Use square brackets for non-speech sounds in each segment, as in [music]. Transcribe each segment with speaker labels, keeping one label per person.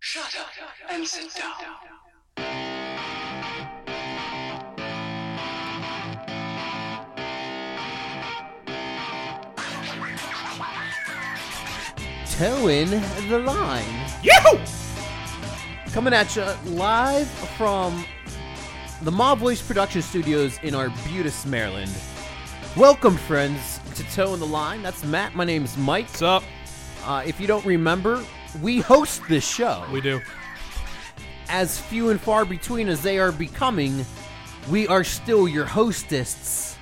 Speaker 1: Shut up and sit down.
Speaker 2: Towing the line.
Speaker 3: Yahoo!
Speaker 2: Coming at you live from the Mob Voice Production Studios in Arbutus, Maryland. Welcome, friends, to Toe in the Line. That's Matt. My name's Mike.
Speaker 3: What's up?
Speaker 2: Uh, if you don't remember, we host this show.
Speaker 3: We do.
Speaker 2: As few and far between as they are becoming, we are still your hostests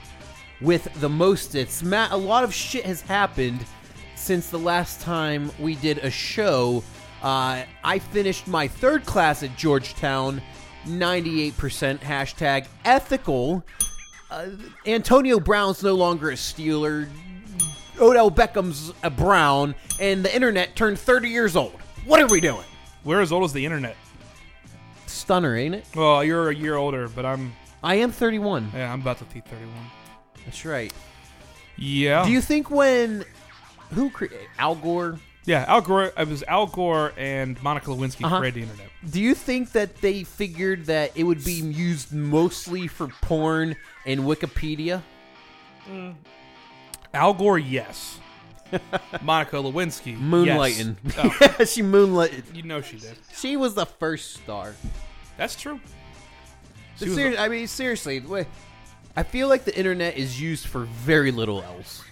Speaker 2: with the mostest. Matt, a lot of shit has happened since the last time we did a show. Uh, I finished my third class at Georgetown, 98% hashtag ethical. Uh, Antonio Brown's no longer a Steeler. Odell Beckham's a Brown, and the internet turned 30 years old. What are we doing?
Speaker 3: We're as old as the internet.
Speaker 2: Stunner, ain't it?
Speaker 3: Well, you're a year older, but I'm
Speaker 2: I am 31.
Speaker 3: yeah, I'm about to be 31.
Speaker 2: That's right.
Speaker 3: Yeah.
Speaker 2: Do you think when who created Al Gore?
Speaker 3: yeah, Al Gore. It was Al Gore and Monica Lewinsky
Speaker 2: Uh-huh.
Speaker 3: created the internet.
Speaker 2: Do you think that they figured that it would be used mostly for porn and Wikipedia?
Speaker 3: Al
Speaker 2: [laughs]
Speaker 3: Gore, yes. Monica Lewinsky,
Speaker 2: Moonlighting.
Speaker 3: Yes. Oh,
Speaker 2: Yeah, [laughs] she moonlighted.
Speaker 3: you know she did.
Speaker 2: She was the first star.
Speaker 3: That's true. She was
Speaker 2: Ser- I mean, seriously, wh- I feel like the internet is used for very little else.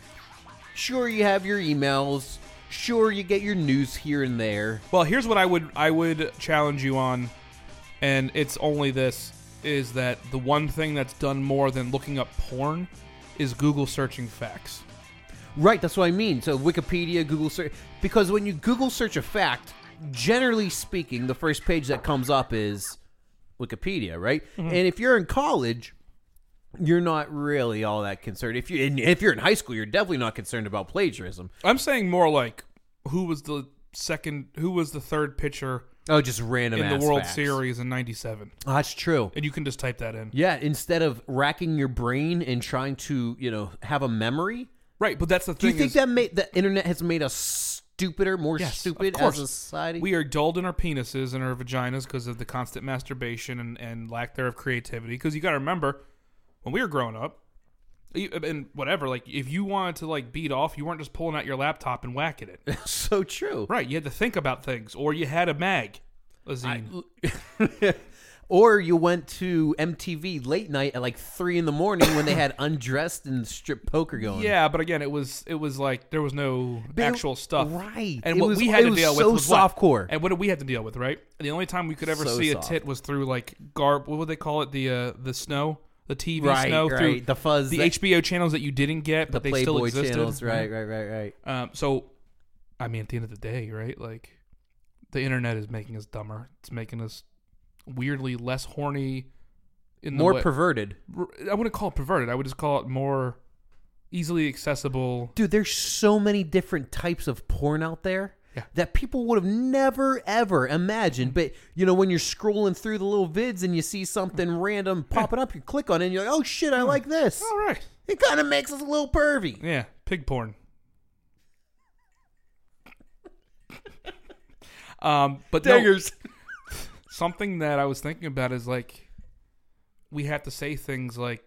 Speaker 2: Sure, you have your emails. Sure, you get your news here and there.
Speaker 3: Well, here's what I would I would challenge you on, and it's only this is that the one thing that's done more than looking up porn is Google searching facts.
Speaker 2: Right, that's what I mean. So Wikipedia, Google search, because when you Google search a fact, generally speaking, the first page that comes up is Wikipedia, right?
Speaker 3: Mm-hmm.
Speaker 2: And if you're in college, you're not really all that concerned. If you and if you're in high school, you're definitely not concerned about plagiarism.
Speaker 3: I'm saying more like who was the second, who was the third pitcher
Speaker 2: Oh, just random
Speaker 3: in
Speaker 2: ass
Speaker 3: the World
Speaker 2: facts.
Speaker 3: Series in '97,
Speaker 2: Oh, that's true.
Speaker 3: and you can just type that in.
Speaker 2: Yeah, instead of racking your brain and trying to, you know, have a memory,
Speaker 3: Right, but that's the
Speaker 2: do
Speaker 3: thing.
Speaker 2: you think
Speaker 3: is,
Speaker 2: that made the internet has made us stupider, more
Speaker 3: Yes, of
Speaker 2: stupid as
Speaker 3: course.
Speaker 2: a society? [laughs]
Speaker 3: we are dulled in our penises and our vaginas because of the constant masturbation and, and lack thereof creativity? Because you got to remember, when we were growing up, you- and whatever, like if you wanted to like beat off, you weren't just pulling out your laptop and
Speaker 2: [laughs]
Speaker 3: whacking it.
Speaker 2: so true.
Speaker 3: right, you had to think about things, or you had a mag. Lazine.
Speaker 2: or you went to MTV late night at like three in the morning when they
Speaker 3: [coughs]
Speaker 2: had undressed and strip poker going.
Speaker 3: yeah, but again, it was it was like there was no
Speaker 2: it-
Speaker 3: actual stuff,
Speaker 2: right.
Speaker 3: And
Speaker 2: It
Speaker 3: what
Speaker 2: was-
Speaker 3: we had
Speaker 2: it
Speaker 3: to
Speaker 2: was
Speaker 3: deal with
Speaker 2: so
Speaker 3: was what?
Speaker 2: softcore.
Speaker 3: And what did we have to deal with? Right, the only time we could ever
Speaker 2: So
Speaker 3: see
Speaker 2: soft.
Speaker 3: a tit was through like garb. What would they call it? The uh, the snow, the TV
Speaker 2: Right,
Speaker 3: snow,
Speaker 2: right.
Speaker 3: through
Speaker 2: The fuzz
Speaker 3: the
Speaker 2: that-
Speaker 3: HBO channels that you didn't get,
Speaker 2: the
Speaker 3: but they still
Speaker 2: Playboy
Speaker 3: existed.
Speaker 2: channels. Right, right, right, right.
Speaker 3: Um, so, I mean, at the end of the day, right? Like, the internet is making us dumber. It's making us weirdly less horny. In the
Speaker 2: More
Speaker 3: way-
Speaker 2: perverted.
Speaker 3: I wouldn't call it perverted. I would just call it more easily accessible.
Speaker 2: Dude, there's so many different types of porn out there
Speaker 3: Yeah.
Speaker 2: that people would have never ever imagined. But you know, when you're scrolling through the little vids and you see something random popping up, you click on it and you're like, oh shit, I like this.
Speaker 3: All right.
Speaker 2: It kind of makes us a little pervy.
Speaker 3: Yeah, pig porn. um, but no,
Speaker 2: Daggers.
Speaker 3: something that I was thinking about is like, we have to say things like,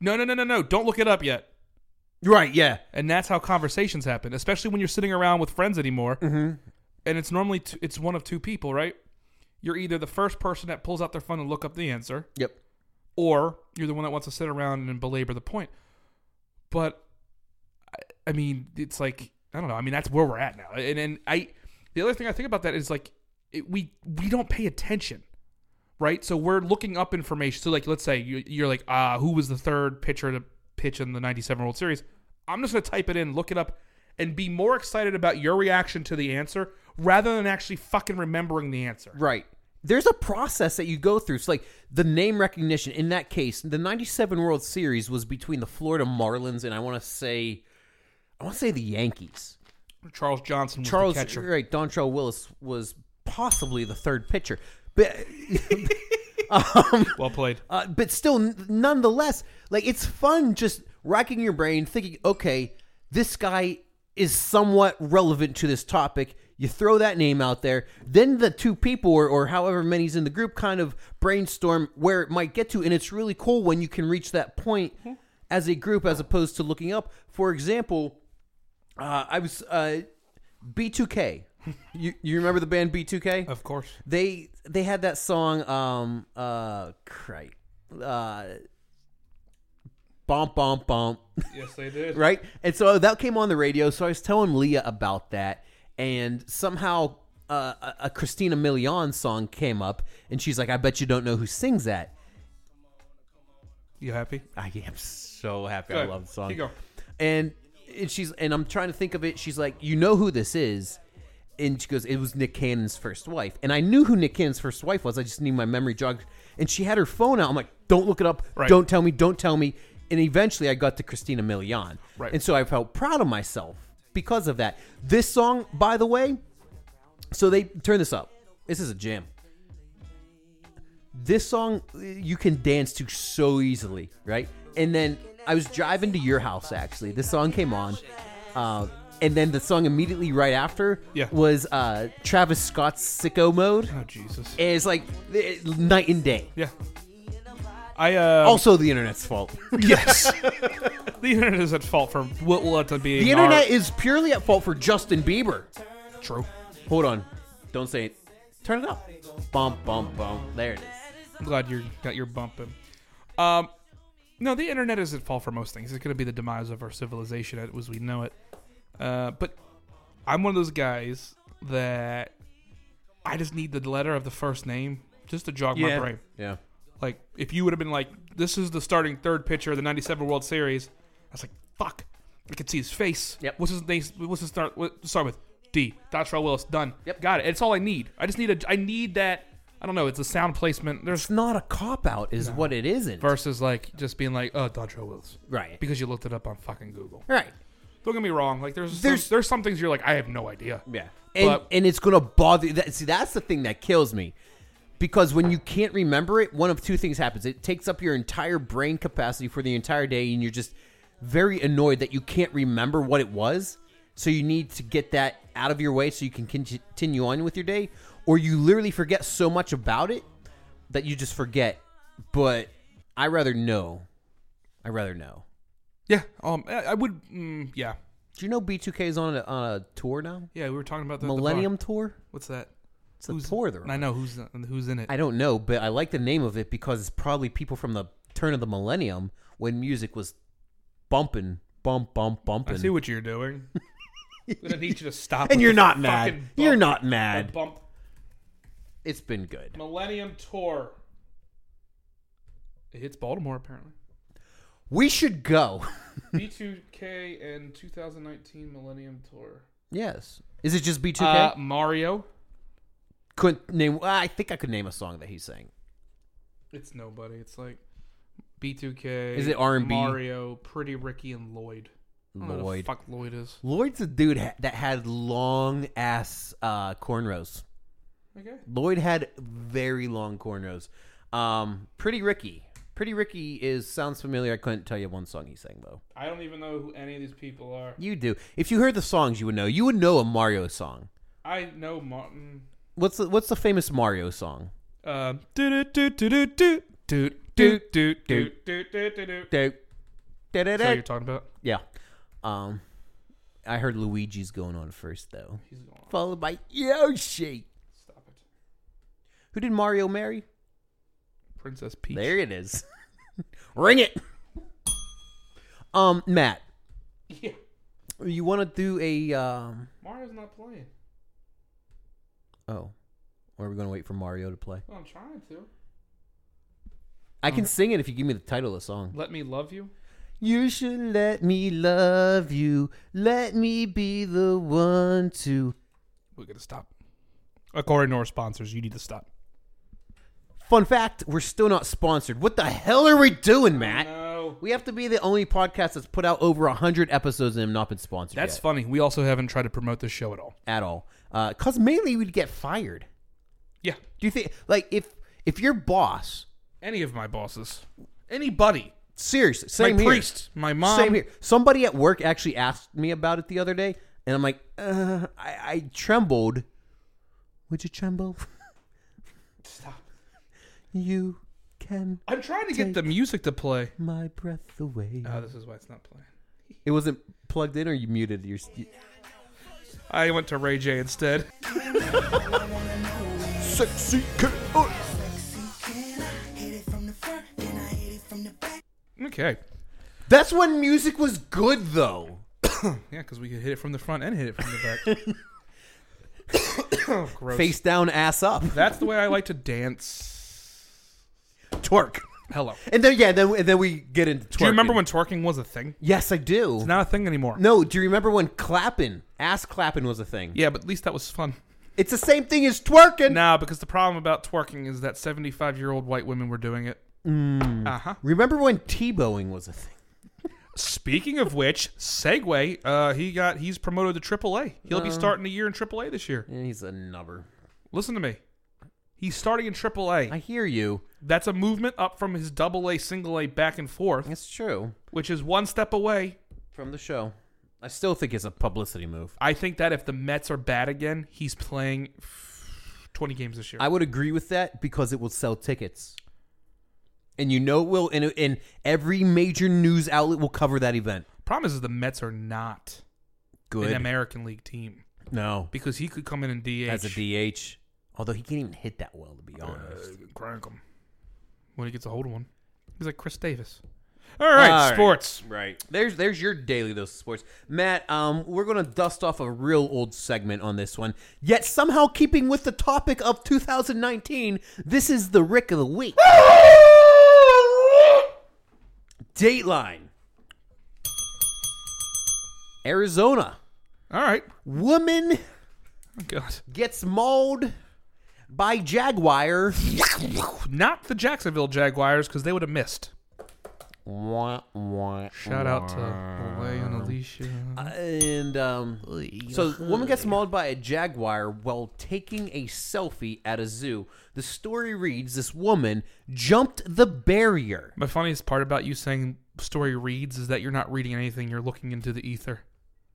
Speaker 3: "No, no, no, no, no! Don't look it up yet."
Speaker 2: Right, yeah.
Speaker 3: And that's how conversations happen, especially when you're sitting around with friends anymore. Mm-hmm. And it's normally t- it's one of two people, right? You're either the first person that pulls out their phone and look up the answer,
Speaker 2: Yep.
Speaker 3: or you're the one that wants to sit around and belabor the point. But I, I mean, it's like I don't know. I mean, that's where we're at now. And and I, the other thing I think about that is like it, we we don't pay attention, right? So we're looking up information. So like, let's say you, you're like, ah, who was the third pitcher to pitch in the '97 World Series? I'm just gonna type it in, look it up, and be more excited about your reaction to the answer rather than actually fucking remembering the answer.
Speaker 2: Right. There's a process that you go through. It's like the name recognition. In that case, the 97 World Series was between the Florida Marlins and I want to say I want to say the Yankees.
Speaker 3: Charles Johnson was
Speaker 2: Charles
Speaker 3: the catcher.
Speaker 2: right, Dontrell Willis was possibly the third pitcher. But
Speaker 3: Well played.
Speaker 2: uh, but still n- nonetheless, like it's fun just racking your brain thinking, okay, this guy is somewhat relevant to this topic. You throw that name out there, then the two people or, or however many's in the group kind of brainstorm where it might get to, and it's really cool when you can reach that point as a group as opposed to looking up. For example, uh, I was uh, B2K. [laughs] you you remember the band B2K?
Speaker 3: [laughs] Of course.
Speaker 2: they they had that song um uh crap uh bump bump bump [laughs]
Speaker 3: Yes, they did.
Speaker 2: right and so that came on the radio so i was telling leah about that and somehow uh, a- a christina milian song came up and she's like i bet you don't know who sings that
Speaker 3: You happy?
Speaker 2: i am so happy
Speaker 3: Go
Speaker 2: i
Speaker 3: ahead.
Speaker 2: love the song
Speaker 3: Keep going.
Speaker 2: and and she's and I'm trying to think of it. She's like, you know who this is, and she goes, it was Nick Cannon's first wife, and I knew who Nick Cannon's first wife was. I just need my memory jogged, and she had her phone out. I'm like, don't look it up,
Speaker 3: Right.
Speaker 2: don't tell me, don't tell me, and eventually I got to Christina Milian,
Speaker 3: Right.
Speaker 2: and so I felt proud of myself because of that. This song, by the way, so they turn this up. This is a jam. This song uh, you can dance to so easily, right? And then I was driving to your house actually. This song came on, uh, and then the song immediately right after
Speaker 3: Yeah.
Speaker 2: was uh, Travis Scott's "Sicko Mode."
Speaker 3: Oh Jesus.
Speaker 2: And it's like eh, night and day.
Speaker 3: yeah. I uh
Speaker 2: Also, the internet's
Speaker 3: [laughs]
Speaker 2: fault. [laughs]
Speaker 3: yes. the internet is at fault for what will end up being
Speaker 2: the internet is purely at fault for Justin Bieber.
Speaker 3: is true.
Speaker 2: Hold on, don't say it. Turn it up. Bump, bump, bump. There it is.
Speaker 3: I'm glad you got your bump in. Um, no, the internet is at fault for most things. It's going to be the demise of our civilization as we know it. Uh, but I'm one of those guys that I just need the letter of the first name just to jog my brain.
Speaker 2: Yeah.
Speaker 3: Like, if you would have been like, this is the starting third pitcher of the 97 World Series, I was like, fuck. I could see his face.
Speaker 2: Yep.
Speaker 3: What's his name? What's his start? What, start with D. Dottrell Willis. Done.
Speaker 2: Yep.
Speaker 3: Got it. It's all I need. I just need a. I need that. I don't know. It's a sound placement. There's
Speaker 2: It's not a cop out, is what it isn't.
Speaker 3: versus like just being like, oh, Dontrell Willis,
Speaker 2: right.
Speaker 3: because you looked it up on fucking Google.
Speaker 2: Right.
Speaker 3: Don't get me wrong. Like there's there's
Speaker 2: There's-
Speaker 3: there's some things you're like, I have no idea.
Speaker 2: Yeah. And
Speaker 3: But-
Speaker 2: and it's gonna bother. That, see, that's the thing that kills me, because when you can't remember it, one of two things happens. It takes up your entire brain capacity for the entire day, and you're just very annoyed that you can't remember what it was. So you need to get that out of your way so you can conti- continue on with your day, or you literally forget so much about it that you just forget. But I rather know. I rather know.
Speaker 3: Yeah. Um. I, I would. Mm, yeah.
Speaker 2: Do you know B2K is on a, on a tour now?
Speaker 3: Yeah. We were talking about the the
Speaker 2: Millennium
Speaker 3: bar.
Speaker 2: tour?
Speaker 3: What's that?
Speaker 2: It's a tour they're on.
Speaker 3: I know who's who's in it.
Speaker 2: I don't know, but I like the name of it because it's probably people from the turn of the millennium when music was bumping, bump, bump,
Speaker 3: I,
Speaker 2: bumping.
Speaker 3: see what
Speaker 2: [laughs]
Speaker 3: you're doing. I'm gonna need you to stop.
Speaker 2: and
Speaker 3: with
Speaker 2: you're
Speaker 3: the [laughs]
Speaker 2: not mad.
Speaker 3: fucking bump-
Speaker 2: You're not
Speaker 3: the
Speaker 2: mad.
Speaker 3: Bump
Speaker 2: It's been good.
Speaker 3: Millennium Tour. It hits
Speaker 2: [laughs]
Speaker 3: Baltimore apparently.
Speaker 2: We should go. [laughs]
Speaker 3: B2K and 2019 Millennium Tour.
Speaker 2: yes. Is it just B2K?
Speaker 3: Uh, Mario.
Speaker 2: Couldn't name. I think I could name a song that he sang.
Speaker 3: It's nobody. It's like B2K.
Speaker 2: Is it R&B?
Speaker 3: Mario, Pretty Ricky, and Lloyd. I don't know who the
Speaker 2: Lloyd.
Speaker 3: fuck Lloyd is.
Speaker 2: Lloyd's a dude ha- that had long ass uh, cornrows.
Speaker 3: Okay.
Speaker 2: Lloyd had very long cornrows. Um, Pretty Ricky. Pretty Ricky is sounds familiar. I couldn't tell you one song he sang though.
Speaker 3: I don't even know who any of these people are.
Speaker 2: You do. If you heard the songs, you would know. You would know a Mario song.
Speaker 3: I know Martin.
Speaker 2: What's the What's the famous Mario song?
Speaker 3: Uh, doot doot doot doot doot doot doot doot doot doot doot
Speaker 2: Do-
Speaker 3: doot doot. That's what
Speaker 2: da-da-da.
Speaker 3: you're talking about.
Speaker 2: Yeah. Um, I heard Luigi's going on first though,
Speaker 3: He's gone.
Speaker 2: followed by Yoshi.
Speaker 3: Stop it.
Speaker 2: Who did Mario marry?
Speaker 3: Princess Peach.
Speaker 2: There it is. [laughs] Ring it. Um, Matt,
Speaker 3: [laughs] Yeah.
Speaker 2: you want to do a um?
Speaker 3: Mario's not playing.
Speaker 2: Oh, are we gonna wait for Mario to play?
Speaker 3: Well, I'm trying to.
Speaker 2: I can sing it if you give me the title of the song.
Speaker 3: Let me love you.
Speaker 2: Mm. You should let me love you. Let me be the one to.
Speaker 3: We're gonna stop. According to our sponsors, you need to stop.
Speaker 2: Fun fact we're still not sponsored. What the hell are we doing, Matt?
Speaker 3: No.
Speaker 2: We have to be the only podcast that's put out over 100 episodes and have not been sponsored
Speaker 3: That's
Speaker 2: yet,
Speaker 3: funny. We also haven't tried to promote this show at all.
Speaker 2: at all. Because mainly we'd get fired.
Speaker 3: Yeah.
Speaker 2: Do you think, like, if if your boss,
Speaker 3: Any of my bosses. Anybody.
Speaker 2: seriously,
Speaker 3: My
Speaker 2: same here.
Speaker 3: priest. My mom.
Speaker 2: Same here. Somebody at work actually asked me about it the other day, and I'm like, uh, I, I trembled. Would you tremble? [laughs]
Speaker 3: Stop.
Speaker 2: You can
Speaker 3: I'm trying to get the music to play.
Speaker 2: my breath away.
Speaker 3: Oh, this is why it's not playing.
Speaker 2: It wasn't plugged in, or you muted your.
Speaker 3: I went to Ray J instead.
Speaker 2: Sexy
Speaker 3: Okay.
Speaker 2: That's when music was good, though.
Speaker 3: Yeah, because we could hit it from the front and hit it from the
Speaker 2: [laughs]
Speaker 3: back. oh, gross.
Speaker 2: Face down, ass up,
Speaker 3: That's the way I like to dance.
Speaker 2: twerk,
Speaker 3: Hello.
Speaker 2: [laughs] and then yeah, then and then we get into twerk.
Speaker 3: Do you remember when twerking was a thing?
Speaker 2: Yes, I do.
Speaker 3: It's not a thing anymore.
Speaker 2: no, do you remember when clapping, ass clapping was a thing?
Speaker 3: Yeah, but at least that was fun.
Speaker 2: It's the same thing as twerking.
Speaker 3: Now, because the problem about twerking is that 75 year old white women were doing it.
Speaker 2: Mm.
Speaker 3: Uh huh.
Speaker 2: Remember when T-bowing was a thing?
Speaker 3: Speaking of which, Segway, uh, he got he's promoted to AAA. He'll
Speaker 2: Uh.
Speaker 3: be starting a year in AAA this year.
Speaker 2: And Eh, he's a nubber.
Speaker 3: Listen to me. He's starting in AAA.
Speaker 2: I hear you.
Speaker 3: That's a movement up from his double A, single A, back and forth,
Speaker 2: It's true.
Speaker 3: which is one step away.
Speaker 2: From the show. I still think it's a publicity move.
Speaker 3: I think that if the Mets are bad again, he's playing 20 games this year.
Speaker 2: I would agree with that because it will sell tickets. And you know it will and, and every major news outlet will cover that event.
Speaker 3: Problem is, is the Mets are not
Speaker 2: Good.
Speaker 3: an American League team
Speaker 2: no.
Speaker 3: because he could come in and DH.
Speaker 2: As a DH. Although he can't even hit that well to be honest.
Speaker 3: Uh, crank him when he gets a hold of one. He's like Chris Davis. All right,
Speaker 2: All right.
Speaker 3: sports.
Speaker 2: Right. There's there's your daily dose of sports. Matt, um, we're gonna dust off a real old segment on this one. Yet somehow keeping with the topic of 2019, this is the Rick of the Week. Dateline. Arizona.
Speaker 3: All right.
Speaker 2: Woman
Speaker 3: Oh, God.
Speaker 2: gets mauled by Jaguar.
Speaker 3: Not the Jacksonville Jaguars because they would have missed.
Speaker 2: Wah, wah,
Speaker 3: Shout out to Olay and Alicia.
Speaker 2: And um, so, the woman gets mauled by a jaguar while taking a selfie at a zoo. The story reads: This woman jumped the barrier.
Speaker 3: My funniest part about you saying story reads is that you're not reading anything, you're looking into the ether.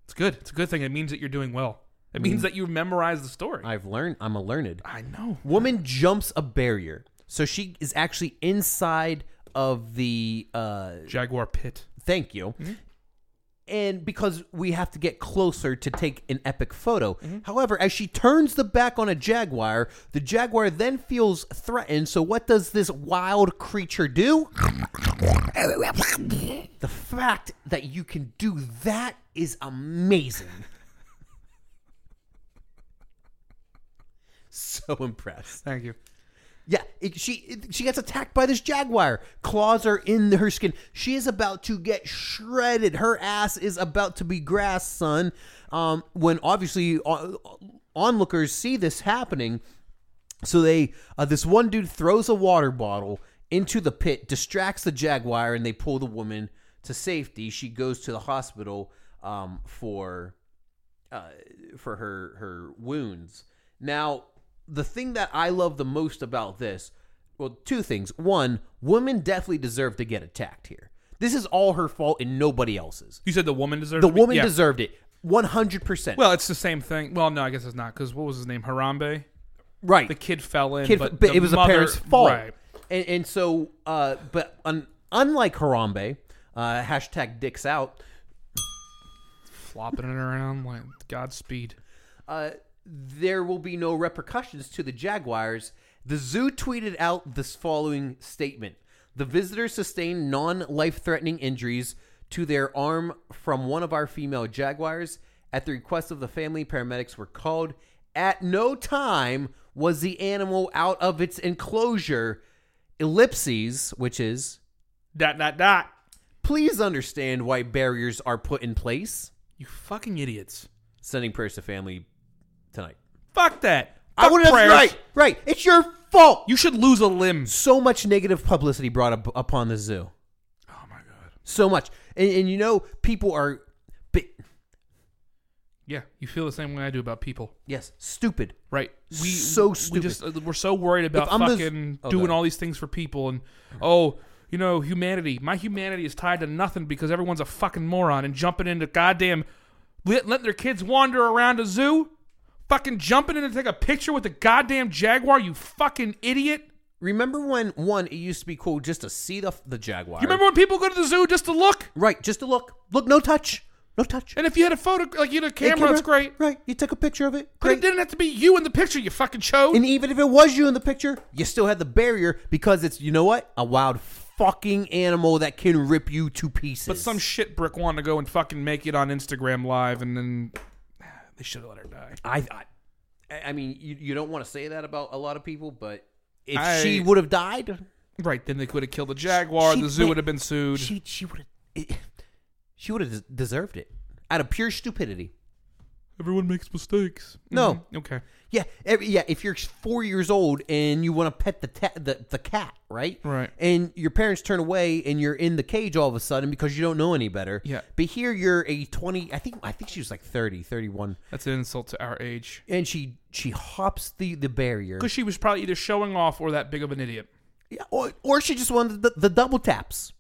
Speaker 3: It's good. It's a good thing. It means that you're doing well. It
Speaker 2: Mm.
Speaker 3: means that you memorize the story.
Speaker 2: I've learned. I'm a learned
Speaker 3: I know.
Speaker 2: woman. Jumps a barrier, so she is actually inside of the. Uh,
Speaker 3: Jaguar pit.
Speaker 2: thank you. And because we have to get closer to take an epic photo. However, as she turns the back on a jaguar, the jaguar then feels threatened. So, what does this wild creature do? The fact that you can do that is amazing. [laughs] so impressed.
Speaker 3: Thank you.
Speaker 2: Yeah, it, she it- she gets attacked by this jaguar. Claws are in her skin. She is about to get shredded. Her ass is about to be grass, son. Um, when obviously on, onlookers see this happening, so they uh, this one dude throws a water bottle into the pit, distracts the jaguar, and they pull the woman to safety. She goes to the hospital um, for for her her wounds. Now, the thing that I love the most about this, well, two things. One, women definitely deserve to get attacked here. This is all her fault and nobody else's.
Speaker 3: You said the woman deserves
Speaker 2: The
Speaker 3: to be-
Speaker 2: woman
Speaker 3: Yeah.
Speaker 2: deserved it. 100%.
Speaker 3: Well, it's the same thing. Well, no, I guess it's not because what was his name? Harambe.
Speaker 2: right.
Speaker 3: The kid fell in,
Speaker 2: Kid-
Speaker 3: but,
Speaker 2: but
Speaker 3: the
Speaker 2: it was
Speaker 3: mother-
Speaker 2: a parent's fault.
Speaker 3: Right.
Speaker 2: And, and so, uh, but un, unlike Harambe, uh, hashtag dicks out,
Speaker 3: Flopping it around like Godspeed.
Speaker 2: uh, there will be no repercussions to the Jaguars. The zoo tweeted out this following statement The visitors sustained non life threatening injuries to their arm from one of our female Jaguars. At the request of the family, paramedics were called. At no time was the animal out of its enclosure. Ellipses, which is,
Speaker 3: Dot dot dot.
Speaker 2: please understand why barriers are put in place.
Speaker 3: You fucking idiots.
Speaker 2: Sending prayers to family tonight.
Speaker 3: Fuck that.
Speaker 2: I
Speaker 3: Fuck
Speaker 2: would have
Speaker 3: prayers.
Speaker 2: right, right. It's your fault.
Speaker 3: You should lose a limb.
Speaker 2: so much negative publicity brought up upon the zoo.
Speaker 3: Oh my god.
Speaker 2: So much, and, and you know, people are, but
Speaker 3: Yeah, you feel the same way I do about people.
Speaker 2: yes, stupid.
Speaker 3: Right. We
Speaker 2: So
Speaker 3: We
Speaker 2: stupid.
Speaker 3: just uh, we're so worried about
Speaker 2: I'm the-
Speaker 3: fucking
Speaker 2: Oh, go
Speaker 3: doing
Speaker 2: ahead.
Speaker 3: all these things for people and oh, you know, humanity. My humanity is tied to nothing because everyone's a fucking moron and jumping into goddamn let, letting their kids wander around a zoo, fucking jumping in to take a picture with the goddamn jaguar. You fucking idiot!
Speaker 2: Remember when one it used to be cool just to see the the jaguar.
Speaker 3: You remember when people go to the zoo just to look?
Speaker 2: Right, just to look. Look, no touch, no touch.
Speaker 3: And if you had a photo, like you had a
Speaker 2: Hey,
Speaker 3: camera, that's great.
Speaker 2: Right, you took a picture of it.
Speaker 3: But it
Speaker 2: Great.
Speaker 3: didn't have to be you in the picture. You fucking chose.
Speaker 2: And even if it was you in the picture, you still had the barrier because it's you know what a wild fucking animal that can rip you to pieces.
Speaker 3: But some shit brick wanted to go and fucking make it on Instagram Live, and then they should have let her die.
Speaker 2: I, I, I mean, you, you don't want to say that about a lot of people, but if
Speaker 3: I-
Speaker 2: she would have died,
Speaker 3: Right then, they could have killed the jaguar.
Speaker 2: She-
Speaker 3: the zoo
Speaker 2: they-
Speaker 3: would have been sued.
Speaker 2: she she would have she would have deserved it out of pure stupidity.
Speaker 3: Everyone makes mistakes.
Speaker 2: No.
Speaker 3: Mhm. Okay.
Speaker 2: Yeah, every, yeah. If you're four years old and you want to pet the, ta- the the cat, right?
Speaker 3: Right.
Speaker 2: And your parents turn away, and you're in the cage all of a sudden because you don't know any better.
Speaker 3: Yeah.
Speaker 2: But here you're a twenty. I think I think she was like 30, 31.
Speaker 3: That's an insult to our age.
Speaker 2: and she she hops the the barrier.
Speaker 3: Because she was probably either showing off or that big of an idiot.
Speaker 2: Yeah, or or she just wanted the, the double taps,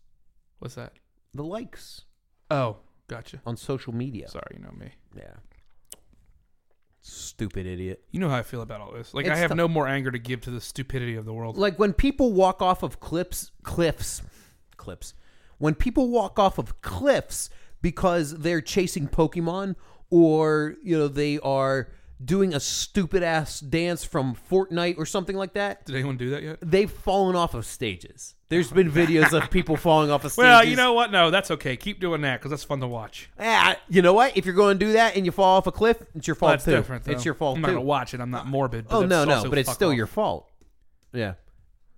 Speaker 3: What's that?
Speaker 2: the likes
Speaker 3: Oh, gotcha.
Speaker 2: on social media.
Speaker 3: Sorry, you know me.
Speaker 2: Yeah. Stupid idiot.
Speaker 3: You know how I feel about all this. Like I
Speaker 2: It's
Speaker 3: have
Speaker 2: the-
Speaker 3: no more anger to give to the stupidity of the world.
Speaker 2: Like when people walk off of cliffs, cliffs, cliffs. When people walk off of cliffs because they're chasing Pokemon or, you know, they are doing a stupid ass dance from Fortnite or something like that,
Speaker 3: Did anyone do that yet?
Speaker 2: they've fallen off of stages. There's been videos of people falling off of stages.
Speaker 3: [laughs] Well, you know what? No, that's okay. Keep doing that because that's fun to watch.
Speaker 2: Ah, you know what? If you're going to do that and you fall off a cliff, it's your fault
Speaker 3: That's
Speaker 2: too.
Speaker 3: different. Though.
Speaker 2: It's your fault
Speaker 3: I'm not
Speaker 2: too.
Speaker 3: gonna watch it. I'm not morbid. But
Speaker 2: oh no,
Speaker 3: that's
Speaker 2: no,
Speaker 3: also
Speaker 2: but it's
Speaker 3: fuck
Speaker 2: still
Speaker 3: off.
Speaker 2: your fault. Yeah.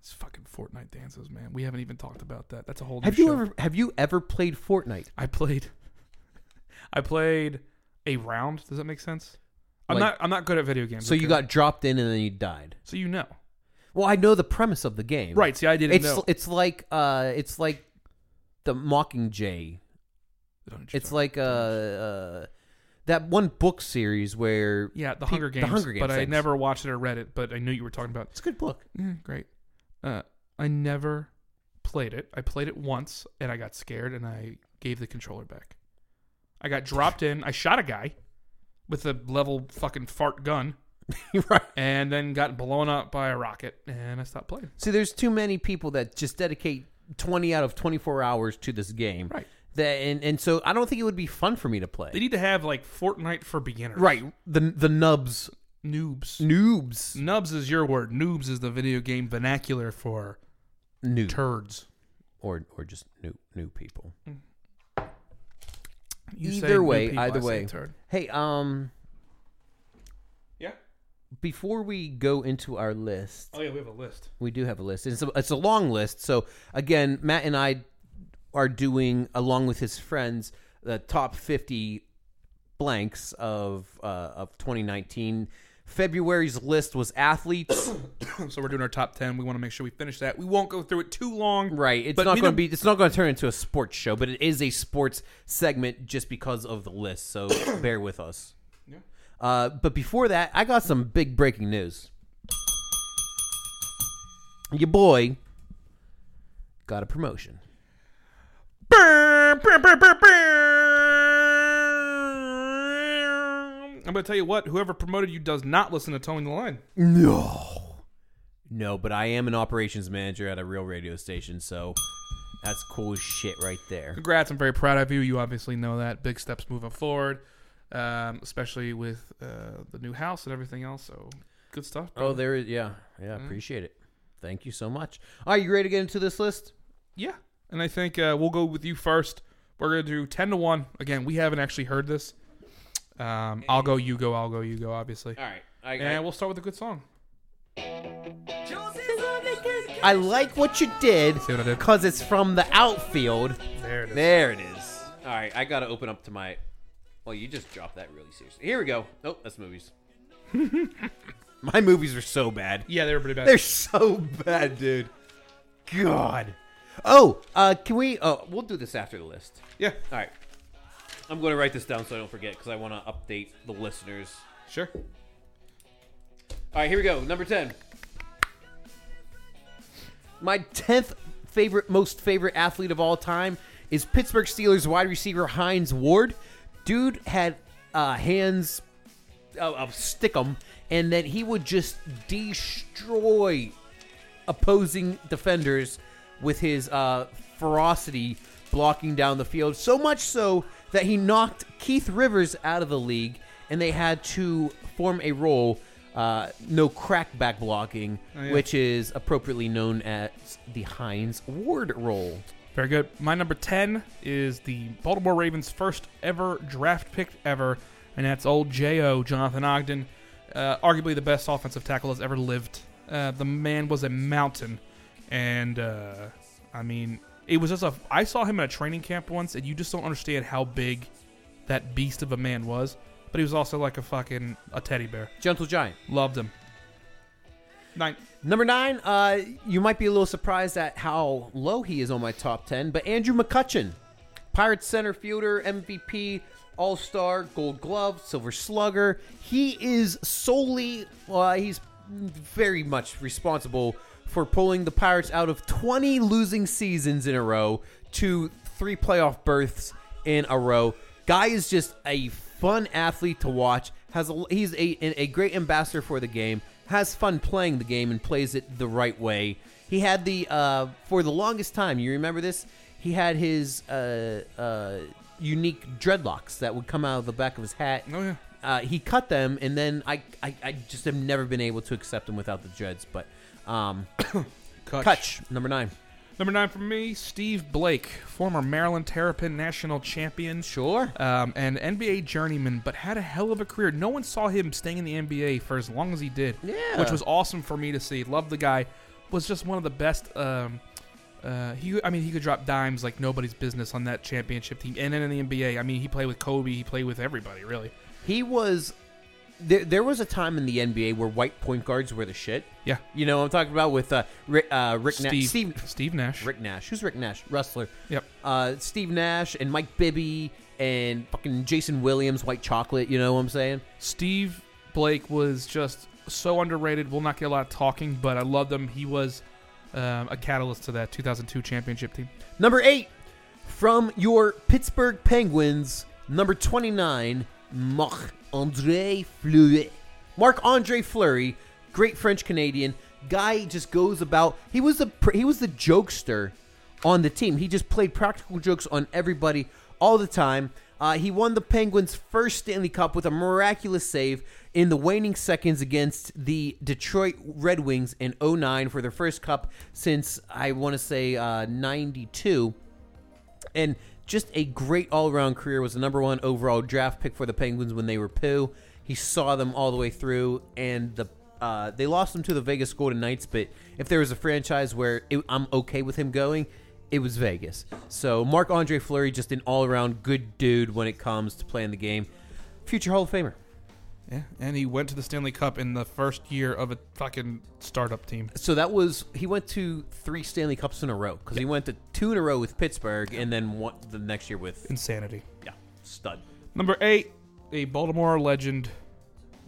Speaker 3: It's fucking Fortnite dances, man. We haven't even talked about that. That's a whole. New
Speaker 2: Have you
Speaker 3: show.
Speaker 2: ever have you ever played Fortnite?
Speaker 3: I played. [laughs] I played a round. Does that make sense? I'm
Speaker 2: Like-
Speaker 3: not. I'm not good at video games.
Speaker 2: So you
Speaker 3: okay?
Speaker 2: got dropped in and then you died.
Speaker 3: So you know.
Speaker 2: Well, I know the premise of the game.
Speaker 3: Right. See, I didn't
Speaker 2: It's
Speaker 3: know.
Speaker 2: it's like uh it's like the Mockingjay.
Speaker 3: I don't know what you're
Speaker 2: It's
Speaker 3: talking
Speaker 2: like uh, uh that one book series where
Speaker 3: about. yeah, the
Speaker 2: pe-
Speaker 3: Hunger Games.
Speaker 2: The Hunger Games.
Speaker 3: But I
Speaker 2: things.
Speaker 3: never watched it or read it. But I knew you were talking about.
Speaker 2: It's a good [laughs] book.
Speaker 3: Mm, great. Uh, I never played it. I played it once and I got scared and I gave the controller back. I got dropped in. I shot a guy with a level fucking fart gun
Speaker 2: right.
Speaker 3: and then got blown up by a rocket and I stopped playing.
Speaker 2: See, there's too many people that just dedicate 20 out of 24 hours to this game.
Speaker 3: Right.
Speaker 2: That and, and so I don't think it would be fun for me to play.
Speaker 3: They need to have like Fortnite for beginners.
Speaker 2: right. The the nubs,
Speaker 3: Noobs.
Speaker 2: noobs,
Speaker 3: Nubs is your word. Noobs is the video game vernacular for
Speaker 2: noob,
Speaker 3: turds.
Speaker 2: or or just new new people.
Speaker 3: You say
Speaker 2: either
Speaker 3: noob
Speaker 2: way,
Speaker 3: people,
Speaker 2: either
Speaker 3: I say
Speaker 2: way.
Speaker 3: turd.
Speaker 2: Hey, um,
Speaker 3: Yeah.
Speaker 2: before we go into our list,
Speaker 3: Oh yeah, we have a list.
Speaker 2: we do have a list. It's a, it's a long list. So again, Matt and I are doing along with his friends the top 50 blanks of uh, of 2019. February's list was athletes.
Speaker 3: [clears throat] So we're doing our top ten. We want to make sure we finish that. We won't go through it too long.
Speaker 2: Right. It's
Speaker 3: But
Speaker 2: not
Speaker 3: we
Speaker 2: going to
Speaker 3: don't-
Speaker 2: be. It's not going to turn into a sports show, but it is a sports segment just because of the list. So [coughs] bear with us.
Speaker 3: Yeah.
Speaker 2: Uh, but before that, I got some big breaking news. Your boy got a promotion.
Speaker 3: I'm going to tell you what, whoever promoted you does not listen to Towing the Line.
Speaker 2: No. No, but I am an operations manager at a real radio station, so that's cool as shit right there.
Speaker 3: Congrats, I'm very proud of you. You obviously know that. Big steps moving forward, um, especially with uh, the new house and everything else. So good stuff.
Speaker 2: Oh, there is. Yeah. Yeah, appreciate it. Thank you so much. Are you ready to get into this list?
Speaker 3: Yeah. And I think uh, we'll go with you first. We're going to do 10 to 1. Again, we haven't actually heard this. Um, I'll go, you go, I'll go, you go, obviously.
Speaker 2: All right. I,
Speaker 3: And we'll start with a good song.
Speaker 2: I like what you did
Speaker 3: See what I did?
Speaker 2: because it's from the outfield.
Speaker 3: There it is.
Speaker 2: There it is. All right, I gotta open up to my. Well, you just dropped that really seriously. Here we go. Oh, that's movies. [laughs] my movies are so bad.
Speaker 3: Yeah, they were pretty bad.
Speaker 2: They're so bad, dude. God. Oh, uh, can we? Oh, we'll do this after the list.
Speaker 3: yeah,
Speaker 2: All right. I'm going to write this down so I don't forget because I want to update the listeners.
Speaker 3: sure.
Speaker 2: All right, here we go. Number 10. My 10th favorite, most favorite athlete of all time is Pittsburgh Steelers wide receiver Heinz Ward. Dude had uh, hands uh, of, of stick 'em, and then he would just destroy opposing defenders with his uh, ferocity blocking down the field. So much so that he knocked Keith Rivers out of the league, and they had to form a role. Uh, no crackback blocking,
Speaker 3: yeah.
Speaker 2: which is appropriately known as the Heinz Ward role.
Speaker 3: Very good. My number 10 is the Baltimore Ravens' first ever draft pick ever, and that's old J.O., Jonathan Ogden, uh, arguably the best offensive tackle that's ever lived. Uh, the man was a mountain, and uh, I mean, it was just a. I saw him at a training camp once, and you just don't understand how big that beast of a man was. But he was also like a fucking a teddy bear.
Speaker 2: Gentle Giant.
Speaker 3: Loved him. Nine.
Speaker 2: Number nine, uh, you might be a little surprised at how low he is on my top 10, but Andrew McCutcheon, Pirates center fielder, MVP, All Star, Gold Glove, Silver Slugger. He is solely, uh, he's very much responsible for pulling the Pirates out of 20 losing seasons in a row to three playoff berths in a row. Guy is just a fun athlete to watch. Has a, he's a, a great ambassador for the game. Has fun playing the game and plays it the right way. He had the uh, for the longest time. You remember this? He had his uh, uh, unique dreadlocks that would come out of the back of his hat.
Speaker 3: Oh yeah.
Speaker 2: Uh, he cut them, and then I, I I just have never been able to accept him without the dreads. But um,
Speaker 3: Kutch.
Speaker 2: Kutch, number nine.
Speaker 3: Number nine for me, Steve Blake, former Maryland Terrapin national champion.
Speaker 2: Sure.
Speaker 3: um, an NBA journeyman, but had a hell of a career. No one saw him staying in the NBA for as long as he did,
Speaker 2: Yeah.
Speaker 3: which was awesome for me to see. Loved the guy. Was just one of the best. Um, uh, he, I mean, he could drop dimes like nobody's business on that championship team, and then in the NBA, I mean, he played with Kobe. He played with everybody, really.
Speaker 2: He was. There, there was a time in the NBA where white point guards were the shit.
Speaker 3: Yeah,
Speaker 2: You know, what I'm talking about with uh, Rick, uh, Rick Nash.
Speaker 3: Steve,
Speaker 2: Steve,
Speaker 3: Steve Nash.
Speaker 2: Rick Nash. Who's Rick Nash? Wrestler.
Speaker 3: Yep.
Speaker 2: Uh, Steve Nash and Mike Bibby and fucking Jason Williams, White Chocolate. You know what I'm saying?
Speaker 3: Steve Blake was just so underrated. We'll not get a lot of talking, but I loved him. He was um, a catalyst to that 2002 championship team.
Speaker 2: Number eight from your Pittsburgh Penguins. Number 29, Marc Andre Fleury. Marc Andre Fleury, great French Canadian guy, just goes about. He was the pr- he was the jokester on the team. He just played practical jokes on everybody all the time. Uh, he won the Penguins' first Stanley Cup with a miraculous save in the waning seconds against the Detroit Red Wings in 09 for their first cup since, I want to say, uh, 92 and just a great all-around career was the number one overall draft pick for the penguins when they were poo he saw them all the way through and the uh, they lost him to the vegas golden knights but if there was a franchise where it, i'm okay with him going it was vegas so marc andre fleury just an all-around good dude when it comes to playing the game future hall of famer
Speaker 3: Yeah, and he went to the Stanley Cup in the first year of a fucking startup team.
Speaker 2: so that was he went to three stanley cups in a row because he went to two in a row with pittsburgh and then one the next year with
Speaker 3: Insanity.
Speaker 2: yeah stud
Speaker 3: Number eight, a Baltimore legend,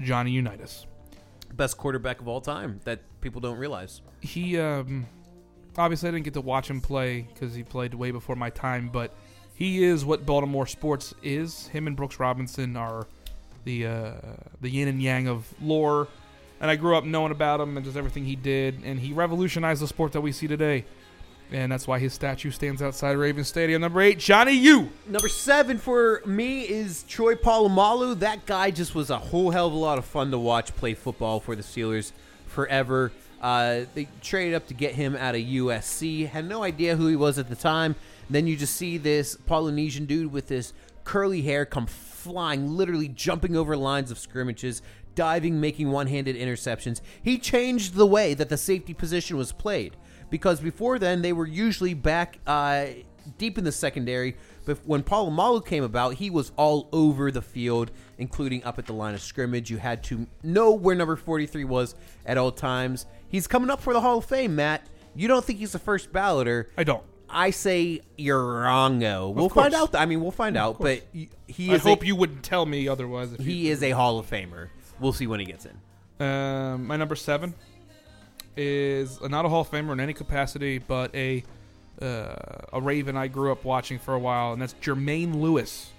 Speaker 3: Johnny Unitas.
Speaker 2: best quarterback of all time that people don't realize.
Speaker 3: He um, obviously I didn't get to watch him play because he played way before my time, but he is what Baltimore sports is. Him and Brooks Robinson are the uh, the yin and yang of lore, and I grew up knowing about him and just everything he did, and he revolutionized the sport that we see today. And that's why his statue stands outside Raven Stadium. Number eight, Johnny U.
Speaker 2: Number seven for me is Troy Polamalu. That guy just was a whole hell of a lot of fun to watch play football for the Steelers forever. Uh, they traded up to get him out of USC. Had no idea who he was at the time. Then you just see this Polynesian dude with this curly hair come flying, literally jumping over lines of scrimmages, diving, making one handed interceptions. He changed the way that the safety position was played because before then they were usually back uh, deep in the secondary. But when Palomalu came about, he was all over the field, including up at the line of scrimmage. You had to know where number 43 was at all times. He's coming up for the Hall of Fame, Matt. You don't think he's the first balloter.
Speaker 3: I don't.
Speaker 2: I say you're wrongo. We'll
Speaker 3: course.
Speaker 2: find out. I mean, we'll find out. But y- he
Speaker 3: I
Speaker 2: is
Speaker 3: hope
Speaker 2: a,
Speaker 3: you wouldn't tell me otherwise. If
Speaker 2: he is a Hall of Famer. We'll see when he gets in.
Speaker 3: you, um, my number seven is not a Hall of Famer in any capacity, but a uh, a Raven I grew up watching for a while, and that's Jermaine Lewis,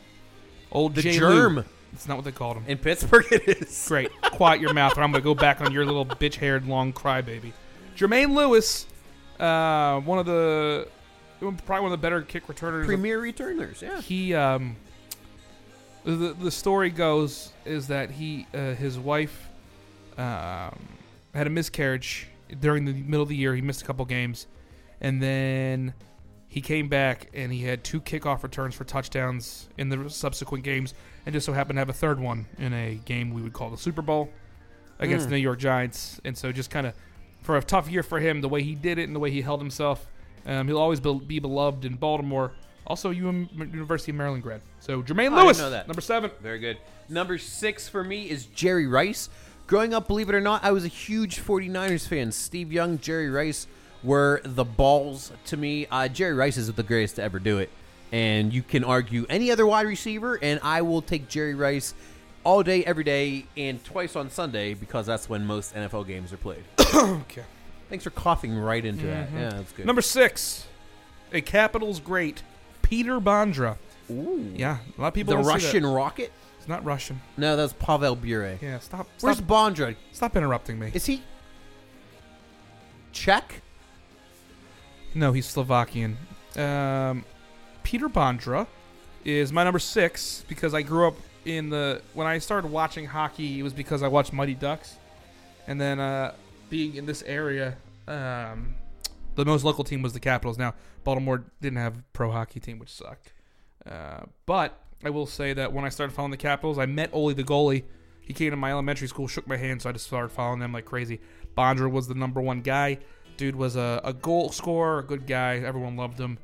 Speaker 3: old
Speaker 2: The
Speaker 3: J.
Speaker 2: germ.
Speaker 3: Lou. It's not what they called him.
Speaker 2: In Pittsburgh, [laughs] it is.
Speaker 3: Great. Quiet your mouth, or I'm going to go back on your little bitch haired long crybaby. Jermaine Lewis, uh, one of the. Probably one of the better kick returners. of-
Speaker 2: Premier returners, yeah.
Speaker 3: he, um. The, the story goes is that he uh, his wife um, had a miscarriage during the middle of the year. He missed a couple games, and then he came back and he had two kickoff returns for touchdowns in the subsequent games, and just so happened to have a third one in a game we would call the Super Bowl against
Speaker 2: Mm.
Speaker 3: the New York Giants. And so, just kind of for a tough year for him, the way he did it and the way he held himself, um, he'll always be, be beloved in Baltimore. Also, UM University of Maryland grad. So Jermaine
Speaker 2: didn't
Speaker 3: Lewis,
Speaker 2: know that.
Speaker 3: number seven.
Speaker 2: Very good. Number six for me is Jerry Rice. Growing up, believe it or not, I was a huge 49ers fan. Steve Young, Jerry Rice were the balls to me. Uh, Jerry Rice is the greatest to ever do it. And you can argue any other wide receiver, and I will take Jerry Rice all day, every day, and twice on Sunday because that's when most NFL games are played. [coughs]
Speaker 3: Okay.
Speaker 2: Thanks for coughing right into that. Yeah, that's good.
Speaker 3: Mm-hmm. Number six, a Capitals great, Peter Bondra.
Speaker 2: Ooh.
Speaker 3: Yeah, a lot of people.
Speaker 2: the
Speaker 3: don't see that.
Speaker 2: Russian Rocket?
Speaker 3: It's not Russian.
Speaker 2: No, that's Pavel Bure.
Speaker 3: Yeah, stop. Stop,
Speaker 2: Where's Bondra?
Speaker 3: stop interrupting me.
Speaker 2: Is he Czech?
Speaker 3: No, he's Slovakian. Um, Peter Bondra is my number six because I grew up in the when I started watching hockey. It was because I watched Mighty Ducks, and then uh, being in this area, um, the most local team was the Capitals. Now Baltimore didn't have a pro hockey team, which sucked. Uh, but I will say that when I started following the Capitals, I met Ole the goalie. He came to my elementary school, shook my hand, so I just started following them like crazy. Bondra was the number one guy. Dude was a, a goal scorer, a good guy. Everyone loved him.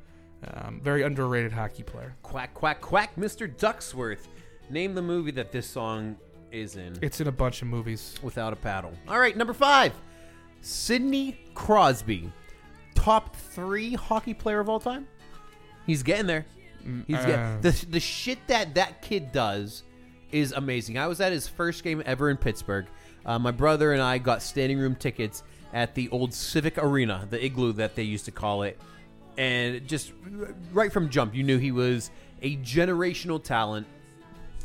Speaker 3: Um, very underrated hockey player.
Speaker 2: Quack, quack, quack, Mr. Ducksworth. Name the movie that this song is in
Speaker 3: It's in a bunch of movies.
Speaker 2: without a paddle. All right, number five Sidney Crosby. Top three hockey player of all time? He's getting there. He's
Speaker 3: uh.
Speaker 2: get, the, the shit that that kid does is amazing. I was at his first game ever in Pittsburgh. Uh, my brother and I got standing room tickets at the old Civic Arena, the igloo that they used to call it. And just r- right from jump, you knew he was a generational talent,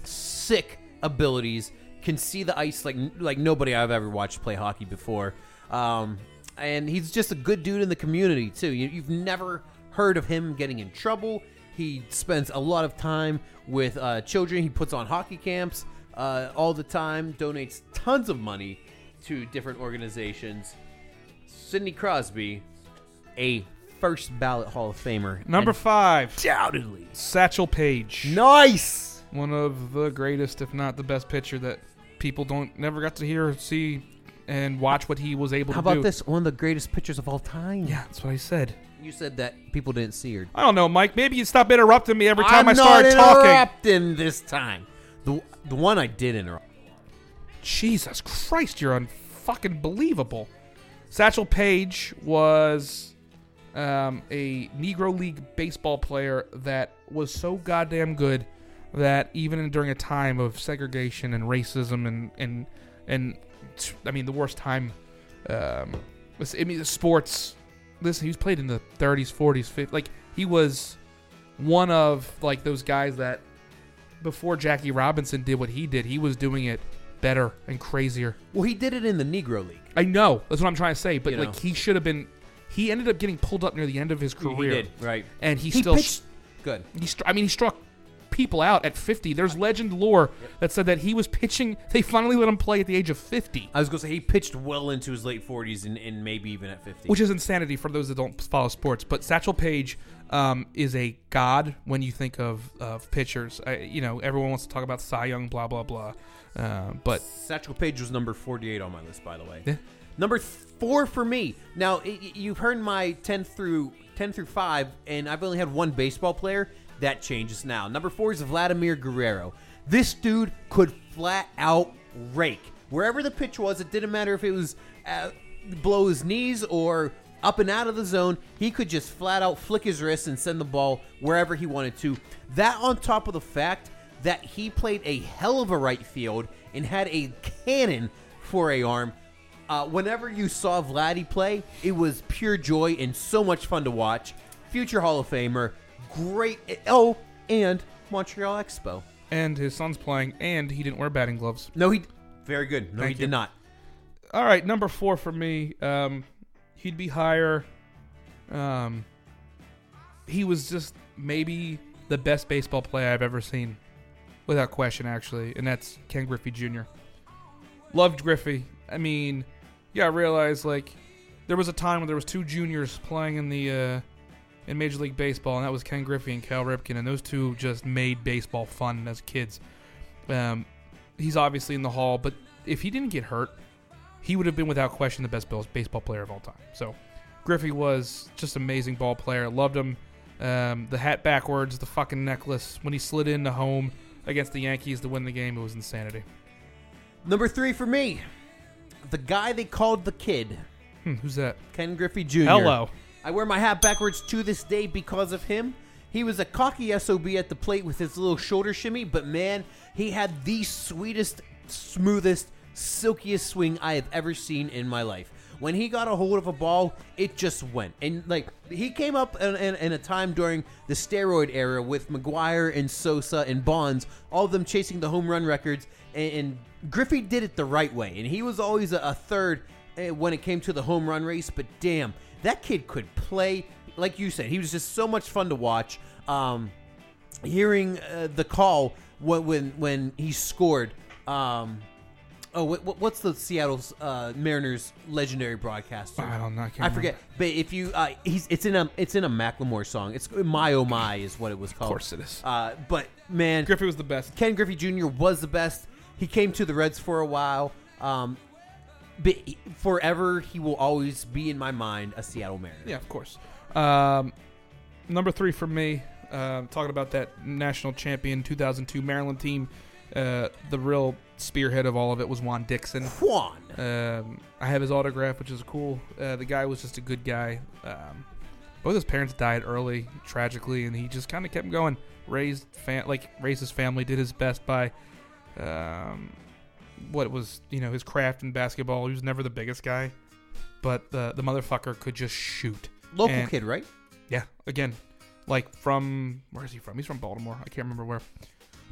Speaker 2: sick abilities, can see the ice like like nobody I've ever watched play hockey before. Um, and he's just a good dude in the community too. You, you've never heard of him getting in trouble. He spends a lot of time with uh, children. He puts on hockey camps uh, all the time. Donates tons of money to different organizations. Sidney Crosby, a first ballot Hall of Famer,
Speaker 3: Number five,
Speaker 2: undoubtedly.
Speaker 3: Satchel Paige.
Speaker 2: Nice.
Speaker 3: one of the greatest, if not the best pitcher that people don't never got to hear, see, and watch what he was able
Speaker 2: How
Speaker 3: to do.
Speaker 2: about this? One of the greatest pitchers of all time.
Speaker 3: Yeah, that's what I said.
Speaker 2: You said that people didn't see her.
Speaker 3: I don't know, Mike. Maybe you stop interrupting me every time
Speaker 2: I'm
Speaker 3: I start
Speaker 2: not
Speaker 3: talking.
Speaker 2: interrupting this time. The the one I did interrupt.
Speaker 3: Jesus Christ, you're unfucking believable. Satchel Paige was um, a Negro League baseball player that was so goddamn good that even during a time of segregation and racism and and and I mean the worst time, um, was, I mean sports. Listen, he was played in the 30s, 40s, 50s. Like he was one of like those guys that before Jackie Robinson did what he did, he was doing it better and crazier.
Speaker 2: Well, he did it in the Negro League.
Speaker 3: I know that's what I'm trying to say, but
Speaker 2: You
Speaker 3: like
Speaker 2: know.
Speaker 3: he should have been. He ended up getting pulled up near the end of his career.
Speaker 2: right.
Speaker 3: and he,
Speaker 2: He
Speaker 3: still.
Speaker 2: pitched good.
Speaker 3: He str- I mean, he struck people out at 50. There's legend lore that said that he was pitching. They finally let him play at the age of 50,
Speaker 2: I was gonna say he pitched well into his late 40s and, and maybe even at 50.
Speaker 3: which is insanity for those that don't follow sports. But Satchel Paige um, is a god when you think of of pitchers. I, you know, everyone wants to talk about Cy Young, blah blah blah. Uh, but
Speaker 2: Satchel Paige was number 48 on my list, by the way.
Speaker 3: Yeah.
Speaker 2: Number th- four for me. Now i- i- you've heard my 10 through 10 through five, and I've only had one baseball player. That changes now. Number four is Vladimir Guerrero. This dude could flat out rake wherever the pitch was. It didn't matter if it was uh, below his knees or up and out of the zone. He could just flat out flick his wrist and send the ball wherever he wanted to. That on top of the fact that he played a hell of a right field and had a cannon for a arm. Uh, whenever you saw Vladdy play, it was pure joy and so much fun to watch. Future Hall of Famer, great. Oh, and Montreal Expo.
Speaker 3: and his son's playing, and he didn't wear batting gloves.
Speaker 2: No, he. Very good. No,
Speaker 3: Thank
Speaker 2: he
Speaker 3: you.
Speaker 2: did not.
Speaker 3: All right, number four for me. Um, he'd be higher. Um, he was just maybe the best baseball player I've ever seen, without question, actually, and that's Ken Griffey Jr. Loved Griffey. I mean, yeah, I realized like there was a time when there was two juniors playing in the uh, in Major League Baseball, and that was Ken Griffey and Cal Ripken, and those two just made baseball fun as kids. Um, he's obviously in the Hall, but if he didn't get hurt, he would have been without question the best Bills baseball player of all time. So Griffey was just amazing ball player. Loved him. Um, the hat backwards, the fucking necklace. When he slid into home against the Yankees to win the game, it was insanity.
Speaker 2: Number three for me, the guy they called the kid,
Speaker 3: Hmm, who's that?
Speaker 2: Ken Griffey Jr.
Speaker 3: Hello.
Speaker 2: I wear my hat backwards to this day because of him. He was a cocky SOB at the plate with his little shoulder shimmy, but man, he had the sweetest, smoothest, silkiest swing I have ever seen in my life. When he got a hold of a ball, it just went. And like he came up in, in, in a time during the steroid era with McGuire and Sosa and Bonds, all of them chasing the home run records. And, and Griffey did it the right way, and he was always a, a third eh, when it came to the home run race, but damn, that kid could play. Like you said, he was just so much fun to watch. Um, hearing uh, the call when when, when he scored. Um, oh, what, what- what's the Seattle's uh, Mariners legendary broadcaster?
Speaker 3: I don't know. I can't
Speaker 2: I forget. But if you, uh, he's it's in a it's in a Macklemore song. It's "My Oh My" is what it was called. Of
Speaker 3: course it is.
Speaker 2: Uh, but man,
Speaker 3: Griffey was the best.
Speaker 2: Ken Griffey Jr. was the best. He came to the Reds for a while. Um, but he- forever, he will always be in my mind a Seattle Mariner.
Speaker 3: Yeah, of course. Um, number three for me, um, talking about that national champion 2002 Maryland team, uh, the real spearhead of all of it was Juan Dixon.
Speaker 2: Juan.
Speaker 3: Um, I have his autograph, which is cool. Uh, the guy was just a good guy. Um, both his parents died early, tragically, and he just kind of kept going. Raised fam- like raised his family, did his best by um, what was you know his craft in basketball. He was never the biggest guy, but the the motherfucker could just shoot.
Speaker 2: Local
Speaker 3: and-
Speaker 2: kid, right?
Speaker 3: Yeah, again, like from where is he from? He's from Baltimore. I can't remember where.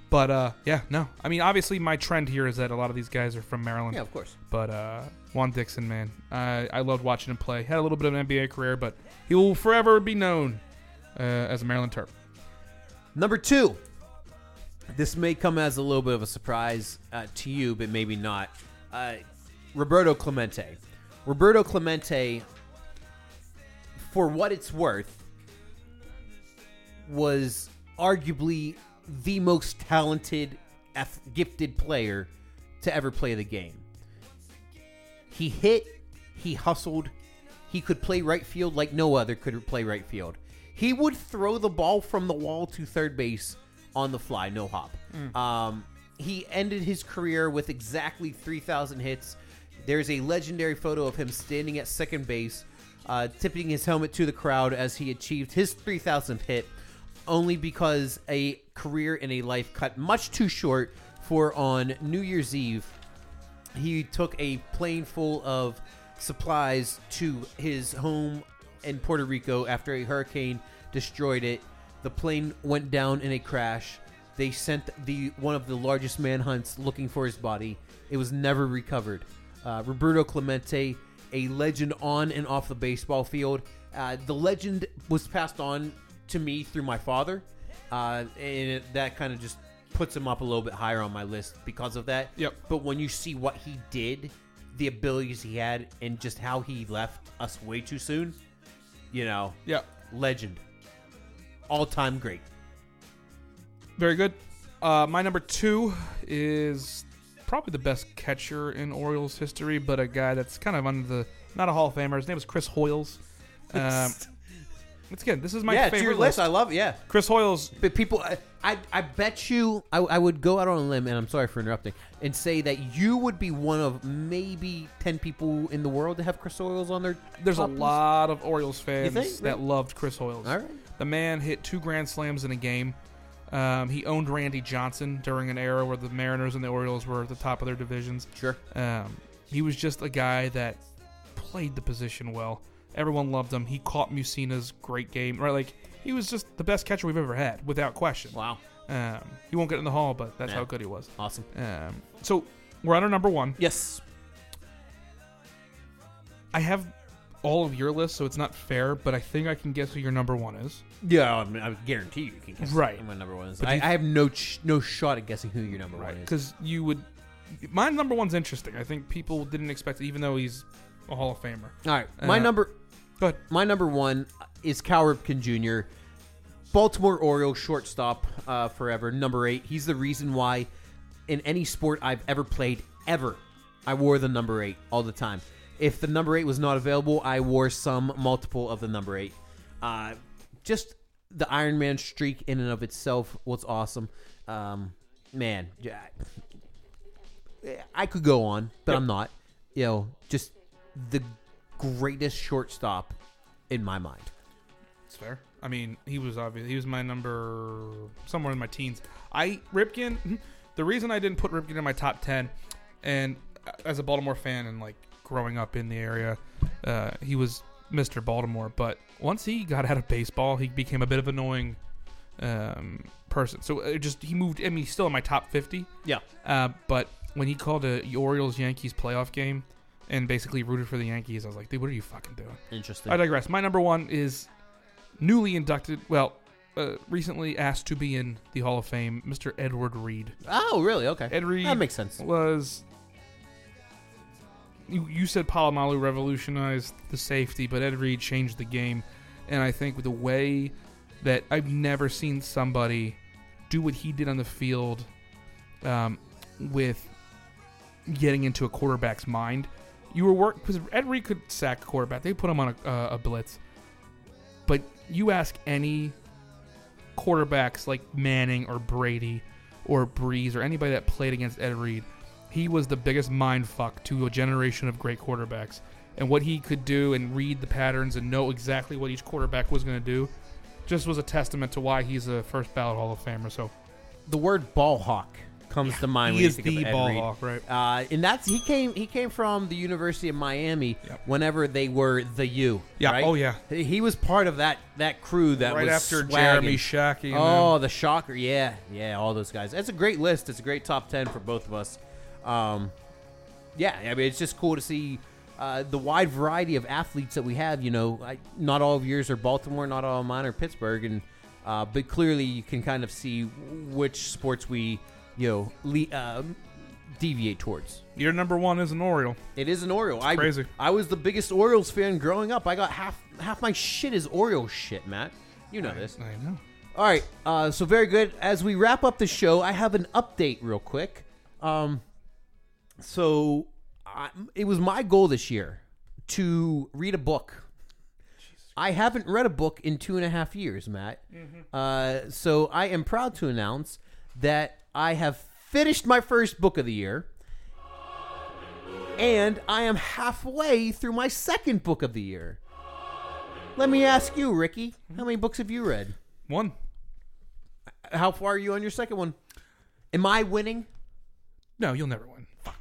Speaker 3: But uh, yeah, no. I mean, obviously, my trend here is that a lot of these guys are from Maryland.
Speaker 2: Yeah, of course.
Speaker 3: But uh, Juan Dixon, man, I I loved watching him play. Had a little bit of an NBA career, but he will forever be known uh, as a Maryland Terp.
Speaker 2: Number two. This may come as a little bit of a surprise uh, to you, but maybe not. Uh, Roberto Clemente. Roberto Clemente, for what it's worth, was arguably the most talented, ath- gifted player to ever play the game. He hit, he hustled, he could play right field like no other could play right field. He would throw the ball from the wall to third base on the fly, no hop. Um, he ended his career with exactly 3,000 hits. There's a legendary photo of him standing at second base, uh, tipping his helmet to the crowd as he achieved his 3,000th hit, only because a career and a life cut much too short for on New Year's Eve he took a plane full of supplies to his home in Puerto Rico after a hurricane destroyed it. The plane went down in a crash. They sent the one of the largest manhunts looking for his body. It was never recovered. Uh, Roberto Clemente, a legend on and off the baseball field. Uh, the legend was passed on to me through my father, uh, and it, that kind of just puts him up a little bit higher on my list because of that.
Speaker 3: Yep.
Speaker 2: But when you see what he did, the abilities he had, and just how he left us way too soon, you know,
Speaker 3: Yeah,
Speaker 2: legend, all time great.
Speaker 3: very good. Uh, my number two is probably the best catcher in Orioles history, but a guy that's kind of under the not a Hall of Famer. His name is
Speaker 2: [laughs]
Speaker 3: Chris Hoyles. Um, it's again, this is my
Speaker 2: yeah,
Speaker 3: favorite
Speaker 2: to your list,
Speaker 3: list.
Speaker 2: I love. Yeah,
Speaker 3: Chris Hoyles
Speaker 2: but people, I, I, I bet you, I, I would go out on a limb, and I'm sorry for interrupting, and say that you would be one of maybe ten people in the world to have Chris Oils on their.
Speaker 3: There's a
Speaker 2: top list.
Speaker 3: lot of Orioles fans
Speaker 2: think?
Speaker 3: that loved Chris Hoyles.
Speaker 2: All right.
Speaker 3: The man hit two grand slams in a game. Um, he owned Randy Johnson during an era where the Mariners and the Orioles were at the top of their divisions.
Speaker 2: Sure.
Speaker 3: Um, he was just a guy that played the position well. Everyone loved him. He caught Musina's great game. Right, like he was just the best catcher we've ever had, without question.
Speaker 2: Wow.
Speaker 3: Um, he won't get in the hall, but that's
Speaker 2: Yeah.
Speaker 3: how good he was.
Speaker 2: Awesome.
Speaker 3: Um, so we're on our number one.
Speaker 2: Yes.
Speaker 3: I have all of your list, so it's not fair, but I think I can guess who your number one is.
Speaker 2: Yeah, I, mean, I guarantee you, you can guess
Speaker 3: Right.
Speaker 2: who my number one is.
Speaker 3: But
Speaker 2: I,
Speaker 3: do you-
Speaker 2: I have no ch- no shot at guessing who your number one is.
Speaker 3: Because you would. My number one's interesting. I think people didn't expect it, even though he's a Hall of Famer.
Speaker 2: All right, my
Speaker 3: Uh,
Speaker 2: number
Speaker 3: But
Speaker 2: my number one is Cal Ripken Jr. Baltimore Oriole shortstop uh, forever, number eight. He's the reason why in any sport I've ever played ever, I wore the number eight all the time. If the number eight was not available, I wore some multiple of the number eight. Uh, just the Iron Man streak in and of itself was awesome. Um, man, yeah, I- I could go on, but I'm not. You know, just the greatest shortstop in my mind.
Speaker 3: it's fair. I mean, he was obvious. He was my number somewhere in my teens. I Ripken. [laughs] The reason I didn't put Ripken in my top ten, and uh, as a Baltimore fan and like growing up in the area, uh, he was Mr. Baltimore. But once he got out of baseball, he became a bit of annoying um, person. So it just he moved. I mean, he's still in my top fifty.
Speaker 2: Yeah.
Speaker 3: Uh, but when he called a Orioles Yankees playoff game and basically rooted for the Yankees, I was like, dude, what are you fucking doing?
Speaker 2: Interesting.
Speaker 3: I digress. My number one is newly inducted, well, uh, recently asked to be in the Hall of Fame, Mr. Edward Reed.
Speaker 2: Oh, really? Okay.
Speaker 3: Ed Reed
Speaker 2: That makes sense.
Speaker 3: was. You, you said Palomalu revolutionized the safety, but Ed Reed changed the game. And I think with the way that I've never seen somebody do what he did on the field um, with getting into a quarterback's mind. You were work because Ed Reed could sack a quarterback. They put him on a, uh, a blitz, but you ask any quarterbacks like Manning or Brady or Breeze or anybody that played against Ed Reed, he was the biggest mind fuck to a generation of great quarterbacks. And what he could do and read the patterns and know exactly what each quarterback was going to do, just was a testament to why he's a first ballot Hall of Famer. So
Speaker 2: The word ball hawk comes to mind
Speaker 3: he
Speaker 2: when
Speaker 3: is
Speaker 2: you think
Speaker 3: the
Speaker 2: of Ed
Speaker 3: ball
Speaker 2: Reed.
Speaker 3: hawk, right?
Speaker 2: Uh, and that's he came he came from the University of Miami
Speaker 3: Yep.
Speaker 2: whenever they were the U.
Speaker 3: Yeah.
Speaker 2: right?
Speaker 3: Oh yeah.
Speaker 2: He he was part of that that crew that
Speaker 3: right
Speaker 2: was
Speaker 3: after
Speaker 2: swagging.
Speaker 3: Jeremy Shockey.
Speaker 2: Oh, the shocker! Yeah, yeah, all those guys. That's a great list. It's a great top ten for both of us. Um, yeah, I mean, it's just cool to see uh, the wide variety of athletes that we have. You know, I, not all of yours are Baltimore, not all of mine are Pittsburgh, and uh, but clearly you can kind of see which sports we you know le- um, deviate towards.
Speaker 3: your number one is an Oriole.
Speaker 2: It is an Oriole. I,
Speaker 3: crazy.
Speaker 2: I was the biggest Orioles fan growing up. I got half half my shit is Orioles shit, Matt. You know this.
Speaker 3: I know.
Speaker 2: All right. Uh, so very good. As we wrap up the show, I have an update real quick. Um, so I, it was my goal this year to read a book. I haven't read a book in two and a half years, Matt. Uh, so I am proud to announce that I have finished my first book of the year, and I am halfway through my second book of the year. Let me ask you, Ricky, how many books have you read?
Speaker 3: One.
Speaker 2: How far are you on your second one? Am I winning?
Speaker 3: No, you'll never win. Fuck.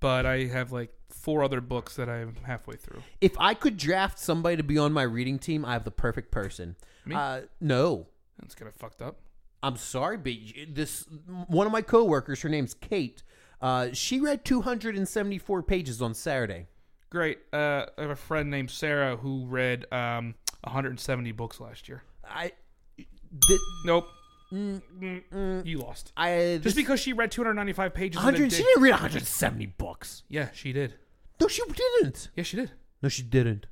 Speaker 3: But I have like four other books that I'm halfway through.
Speaker 2: If I could draft somebody to be on my reading team, I have the perfect person.
Speaker 3: Me?
Speaker 2: Uh, no,
Speaker 3: That's kind of fucked up.
Speaker 2: I'm sorry, but y- this one of my coworkers, her name's Kate. Uh, she read 274 pages on Saturday.
Speaker 3: Great. Uh, I have a friend named Sarah who read um, 170 books last year.
Speaker 2: I, th-
Speaker 3: Nope. You lost.
Speaker 2: I
Speaker 3: Just
Speaker 2: this-
Speaker 3: because she read 295 pages. in a
Speaker 2: 100.
Speaker 3: day-
Speaker 2: She didn't read 170 books.
Speaker 3: yeah, she did.
Speaker 2: No, she didn't.
Speaker 3: Yeah, she did.
Speaker 2: No, she didn't.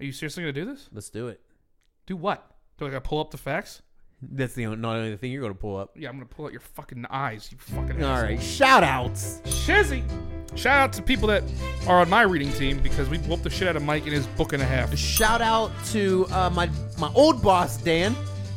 Speaker 3: Are you seriously gonna do this?
Speaker 2: Let's do it.
Speaker 3: Do what? Do I gotta pull up the facts?
Speaker 2: That's the not only thing you're gonna pull up.
Speaker 3: Yeah, I'm gonna pull out your fucking eyes. You fucking.
Speaker 2: All
Speaker 3: asshole.
Speaker 2: right, shout outs.
Speaker 3: Shizzy. Shout out to people that are on my reading team because we whooped the shit out of Mike in his book and a half.
Speaker 2: Shout out to uh, my my old boss Dan,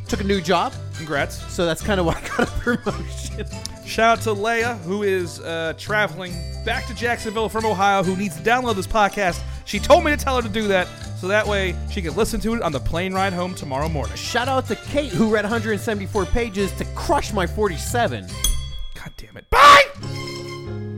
Speaker 2: took a new job,
Speaker 3: Congrats.
Speaker 2: so that's kind of why I got a promotion.
Speaker 3: Shout out to Leia, who is uh, traveling back to Jacksonville from Ohio, who needs to download this podcast. She told me to tell her to do that so that way she can listen to it on the plane ride home tomorrow morning.
Speaker 2: Shout out to Kate who read 174 pages to crush my 47.
Speaker 3: God damn it. Bye!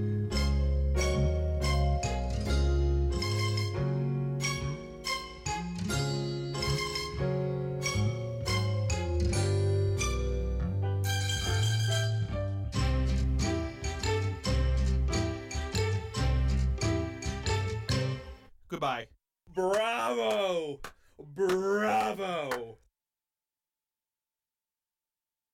Speaker 3: Goodbye. Bravo! Bravo!